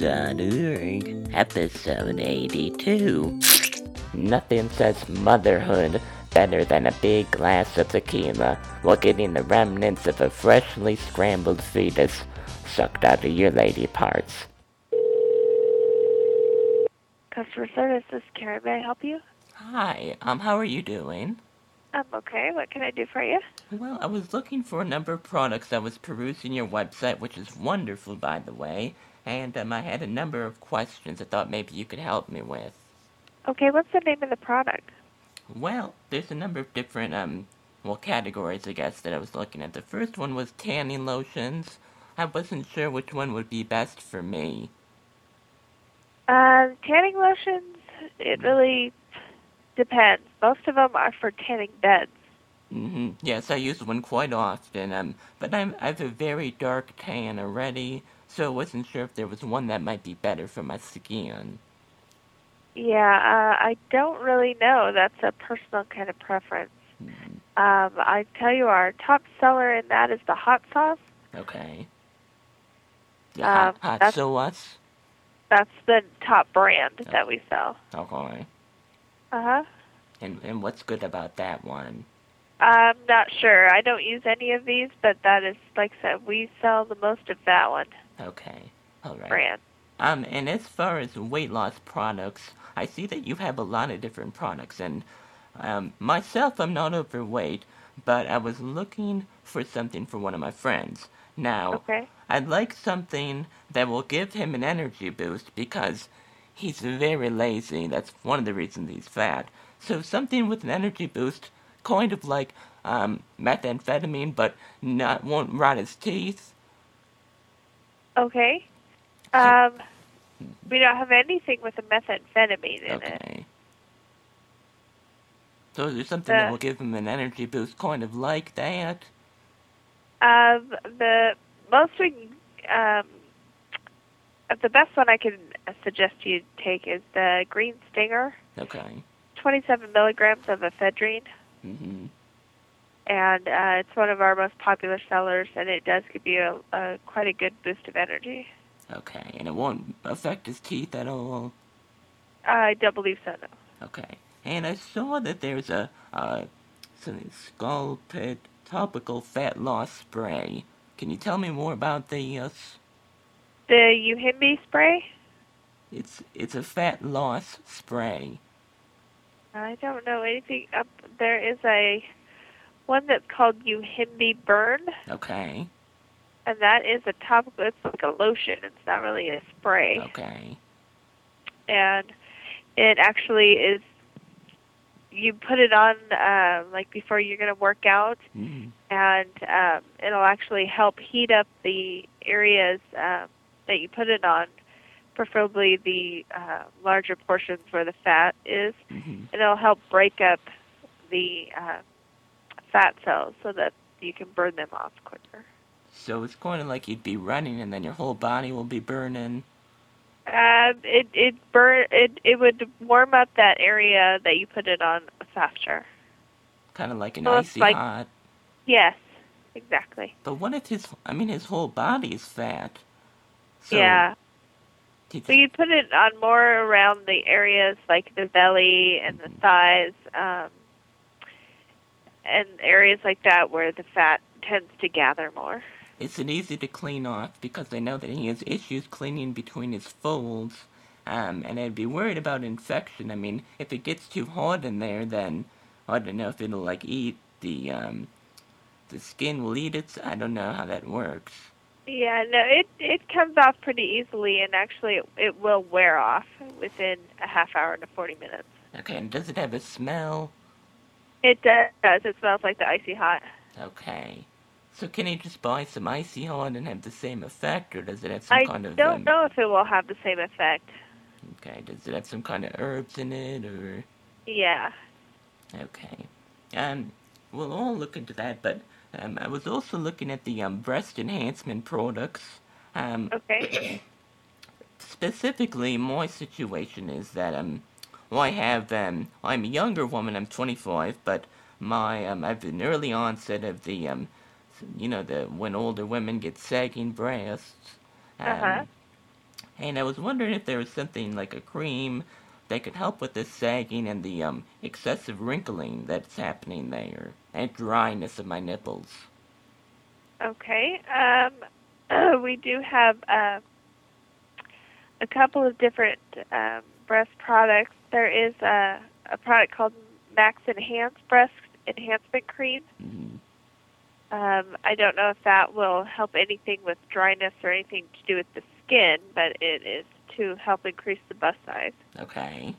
Heroes.org, episode 82. Nothing says motherhood better than a big glass of tequila while getting the remnants of a freshly scrambled fetus sucked out of your lady parts. Customer service, this is Karen. May I help you? Hi, um, how are you doing? I'm okay. What can I do for you? Well, I was looking for a number of products. I was perusing your website, which is wonderful, by the way, and um, I had a number of questions I thought maybe you could help me with. Okay, what's the name of the product? Well, there's a number of different, um, well, categories, I guess, that I was looking at. The first one was tanning lotions. I wasn't sure which one would be best for me. Um, tanning lotions, it really depends. Most of them are for tanning beds. hmm Yes, I use one quite often, um, but I'm, I have a very dark tan already, so I wasn't sure if there was one that might be better for my skin. Yeah, uh, I don't really know. That's a personal kind of preference. Um, I tell you, our top seller in that is the hot sauce. Okay. Yeah, Um, hot, hot that's- sauce? That's the top brand that we sell. Okay. Uh huh. And, and what's good about that one? I'm not sure. I don't use any of these, but that is, like I said, we sell the most of that one Okay. All right. brand. Um, and as far as weight loss products, I see that you have a lot of different products. And um, myself, I'm not overweight, but I was looking for something for one of my friends. Now, Okay. I'd like something that will give him an energy boost because he's very lazy. That's one of the reasons he's fat. So something with an energy boost, kind of like um, methamphetamine, but not won't rot his teeth. Okay. Um, we don't have anything with a methamphetamine in it. Okay. So is there something that The- will give him an energy boost, kind of like that? Um, the most we can, um, the best one I can suggest you take is the Green Stinger, Okay. 27 milligrams of ephedrine, hmm and uh, it's one of our most popular sellers, and it does give you a, a quite a good boost of energy. Okay, and it won't affect his teeth at all. I don't believe so. No. Okay. And I saw that there's a uh, some Sculpid topical fat loss spray. Can you tell me more about the? Uh, s- The Uhimbi spray? it's it's a fat loss spray. I don't know anything. Up there is a one that's called Uhimbi Burn, Okay. and that is a topical. It's like a lotion. It's not really a spray. Okay. and it actually is you put it on um, like before you're going to work out Mm. and um, it'll actually help heat up the areas um, that you put it on preferably the uh, larger portions where the fat is mhm. and it'll help break up the uh, fat cells so that you can burn them off quicker So it's kind of like you'd be running, and then your whole body will be burning. um, it it burn it it would warm up that area that you put it on faster kind of like an Well, it's icy like- hot. Yes, exactly. But what if his? I mean, his whole body is fat. So yeah. he- So you put it on more around the areas like the belly and the thighs, um, and areas like that where the fat tends to gather more. it's an easy to clean off because I know that he has issues cleaning between his folds. Um, and I'd be worried about infection. I mean, if it gets too hot in there, then I don't know if it'll like eat the um, the skin will eat it. I don't know how that works. Yeah, no, it it comes off pretty easily, and actually it, it will wear off within a half hour to forty minutes. Okay, and does it have a smell? It does. It smells like the icy hot. Okay. So can he just buy some icy hot and have the same effect, or does it have some I kind of don't um, know if it will have the same effect. Okay, does it have some kind of herbs in it or Yeah. okay. Um we'll all look into that, but um I was also looking at the um breast enhancement products. Um Okay. specifically my situation is that um well, I have um I'm a younger woman, I'm 25, but my um I've an early onset of the um you know the when older women get sagging breasts. Um, Uh-huh. And I was wondering if there was something like a cream that could help with the sagging and the um, excessive wrinkling that's happening there, and dryness of my nipples. Okay. Um, we do have uh, a couple of different um, breast products. There is a, a product called Max Enhance Breast Enhancement Cream. Mm, Um, I don't know if that will help anything with dryness or anything to do with the skin, but it is to help increase the bust size. Okay.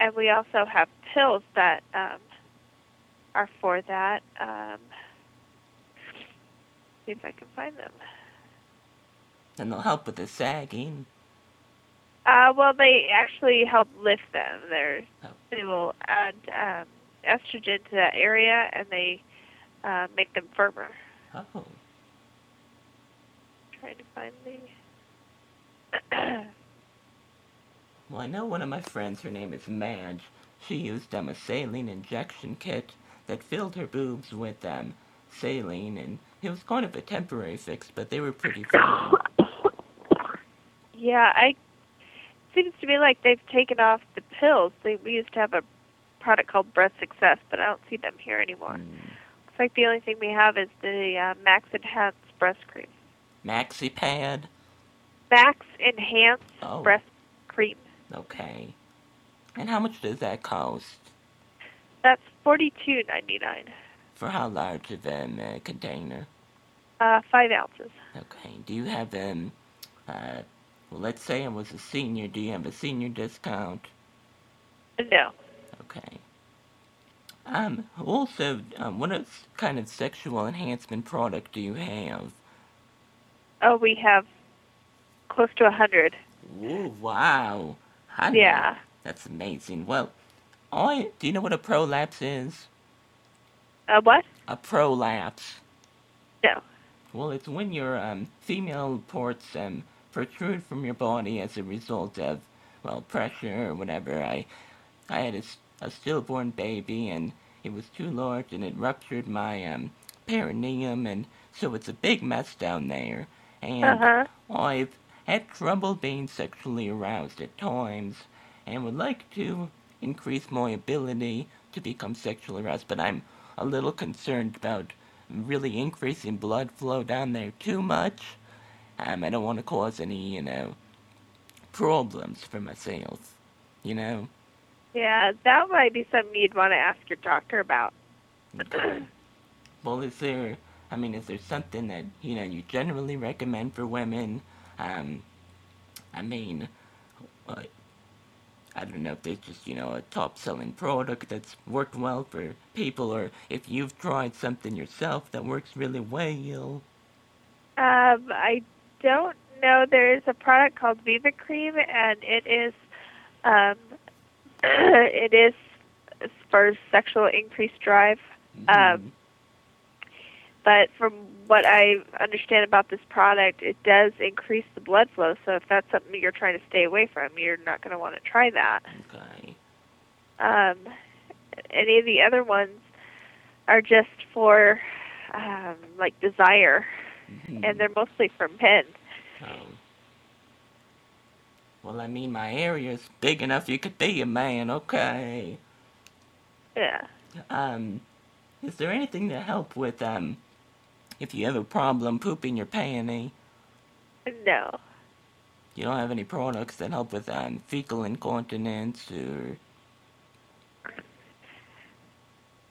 And we also have pills that um, are for that. Um, see if I can find them. And they'll help with the sagging. Uh, well, they actually help lift them. They're, Oh. They will add um, estrogen to that area and they uh, make them firmer. Oh. Trying to find the. Well, I know one of my friends, her name is Madge. She used um, a saline injection kit that filled her boobs with um, saline, and it was kind of a temporary fix, but they were pretty firm. Yeah, I seems to me like they've taken off the pills. They we used to have a product called Breast Success, but I don't see them here anymore. Mm. Looks like the only thing we have is the uh, Max Enhance breast cream. Maxi pad. Max Enhance Oh, breast cream. okay. And how much does that cost? That's forty two ninety nine. For how large of um, a container? Uh, five ounces. Okay. Do you have um, uh, well, let's say I was a senior. Do you have a senior discount? No. Okay. Um, also, um, what else kind of sexual enhancement product do you have? Oh, we have close to a hundred. Ooh, wow. I know. Yeah. That's amazing. Well, I, do you know what a prolapse is? Uh, what? A prolapse. No. Well, it's when your um, female parts um, protrude from your body as a result of, well, pressure or whatever. I, I had a, s- a stillborn baby and it was too large and it ruptured my um, perineum, and so it's a big mess down there. And Uh huh. I've had trouble being sexually aroused at times and would like to increase my ability to become sexually aroused, but I'm a little concerned about really increasing blood flow down there too much. Um, I don't want to cause any, you know, problems for myself, you know? Yeah, that might be something you'd want to ask your doctor about. Okay. Well, is there, I mean, is there something that, you know, you generally recommend for women? Um, I mean, uh, I don't know if there's just, you know, a top selling product that's worked well for people, or if you've tried something yourself that works really well. Um, I don't know. There is a product called Viva Cream, and it is um, it is spurs sexual increased drive. Um, But from what I understand about this product, it does increase the blood flow. So if that's something you're trying to stay away from, you're not going to want to try that. Mm-hmm. okay. Um, any of the other ones are just for um, like desire, and they're mostly for men. Um, well, I mean, my area's big enough you could be a man, okay. Yeah. Um, is there anything to help with, um, if you have a problem pooping your panty? No. You don't have any products that help with, um, fecal incontinence or.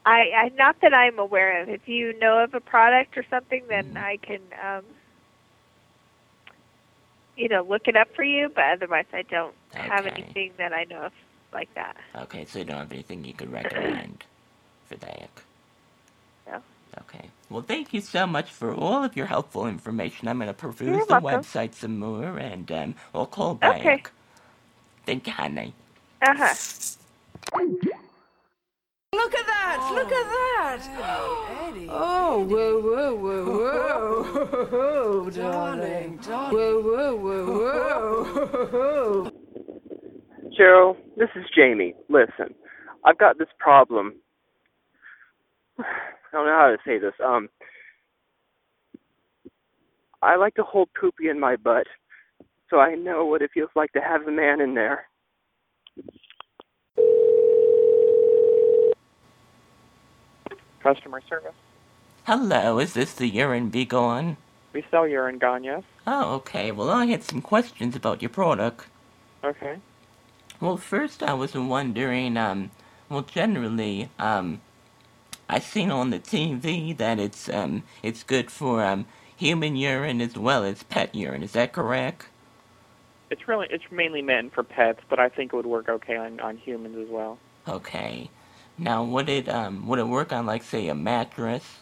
I, I not that I'm aware of. If you know of a product or something, then Mhm. I can, um, you know, look it up for you. But otherwise, I don't have Okay. anything that I know of like that. Okay, so you don't have anything you could recommend for that? No. Okay. Well, thank you so much for all of your helpful information. I'm going to peruse You're the welcome. website some more and um, I'll call back. Okay. Thank you, honey. Uh huh. Uh-huh. Look at that! Look at that! Oh, whoa, whoa, whoa, whoa, whoa, darling, darling. Whoa, whoa, whoa, whoa. Joe, this is Jamie. Listen, I've got this problem. I don't know how to say this. Um, I like to hold poopy in my butt so I know what it feels like to have a man in there. Customer service. Hello, is this the urine be gone? We sell urine gone, yes? Oh, okay. Well, I had some questions about your product. Okay. Well, first I was wondering, um, well, generally, um, I seen on the TV that it's um, it's good for um, human urine as well as pet urine. Is that correct? It's really it's mainly meant for pets, but I think it would work okay on, on humans as well. Okay. Now, would it um, would it work on like say a mattress?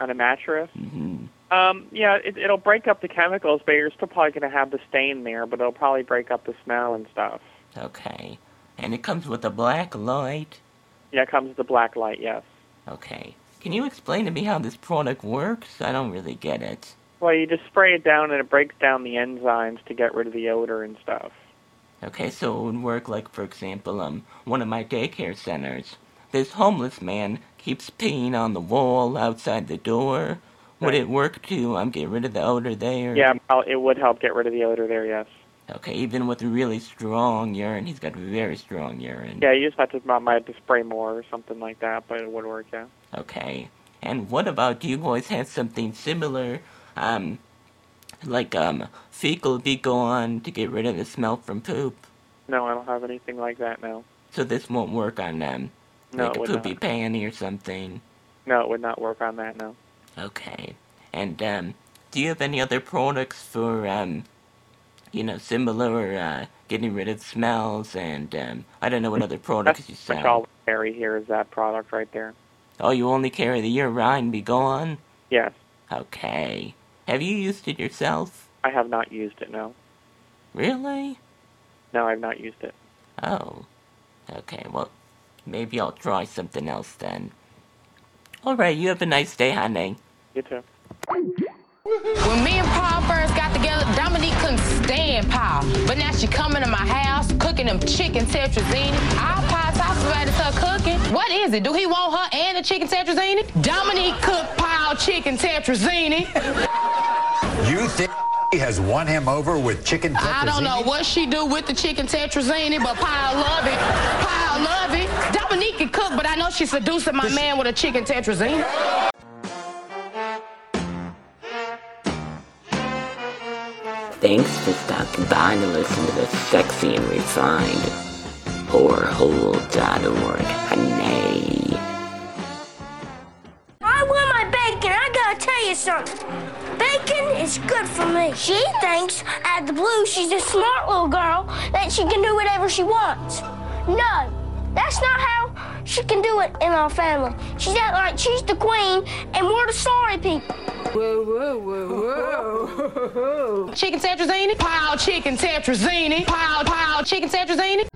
On a mattress? hmm Um, yeah, it, it'll break up the chemicals, but you're still probably going to have the stain there, but it'll probably break up the smell and stuff. Okay. And it comes with a black light. Yeah, it comes the black light, yes. Okay. Can you explain to me how this product works? I don't really get it. Well, you just spray it down and it breaks down the enzymes to get rid of the odor and stuff. Okay, so it would work like, for example, um, one of my daycare centers. This homeless man keeps peeing on the wall outside the door. Would Right. it work to um get rid of the odor there? Yeah, well, it would help get rid of the odor there, yes. Okay, even with really strong urine, he's got very strong urine. Yeah, you just have to might might have to spray more or something like that, but it would work, yeah. Okay. And what about do you boys have something similar, um, like um fecal be gone to get rid of the smell from poop? No, I don't have anything like that now. So this won't work on um No, like it a would poopy not. panty or something. No, it would not work on that, no. Okay. And um, do you have any other products for um, you know, similar uh, getting rid of smells and um, I don't know what other products you That's sell. all we carry here is that product right there. Oh, you only carry the urine be gone. Yes, Okay. Have you used it yourself? I have not used it, no. Really? No, I've not used it. Oh. Okay. Well, maybe I'll try something else then. All right. You have a nice day, honey. You too. When me and Paul first got together, Dominique couldn't stand Paul. But now she coming to my house, cooking them chicken tetrazzini. All Paul talks about is her cooking. What is it? Do he want her and the chicken tetrazzini? Dominique cooked Paul chicken tetrazzini. You think he has won him over with chicken I don't know tetrazzini? what she do with the chicken tetrazzini, but Paul love it. Paul love it. Dominique can cook, but I know she's seducing my man with a chicken tetrazzini. Thanks for stopping by to listen to the sexy and refined whorehole.org. Honey. I want my bacon. I gotta tell you something. Bacon is good for me. She thinks at the blue she's a smart little girl that she can do whatever she wants. No, that's not how she can do it in our family. She's act like she's the queen and we're the sorry people. Whoa, whoa, whoa, whoa. Chicken tetrazzini. Paul chicken tetrazzini. Paul, Paul chicken tetrazzini.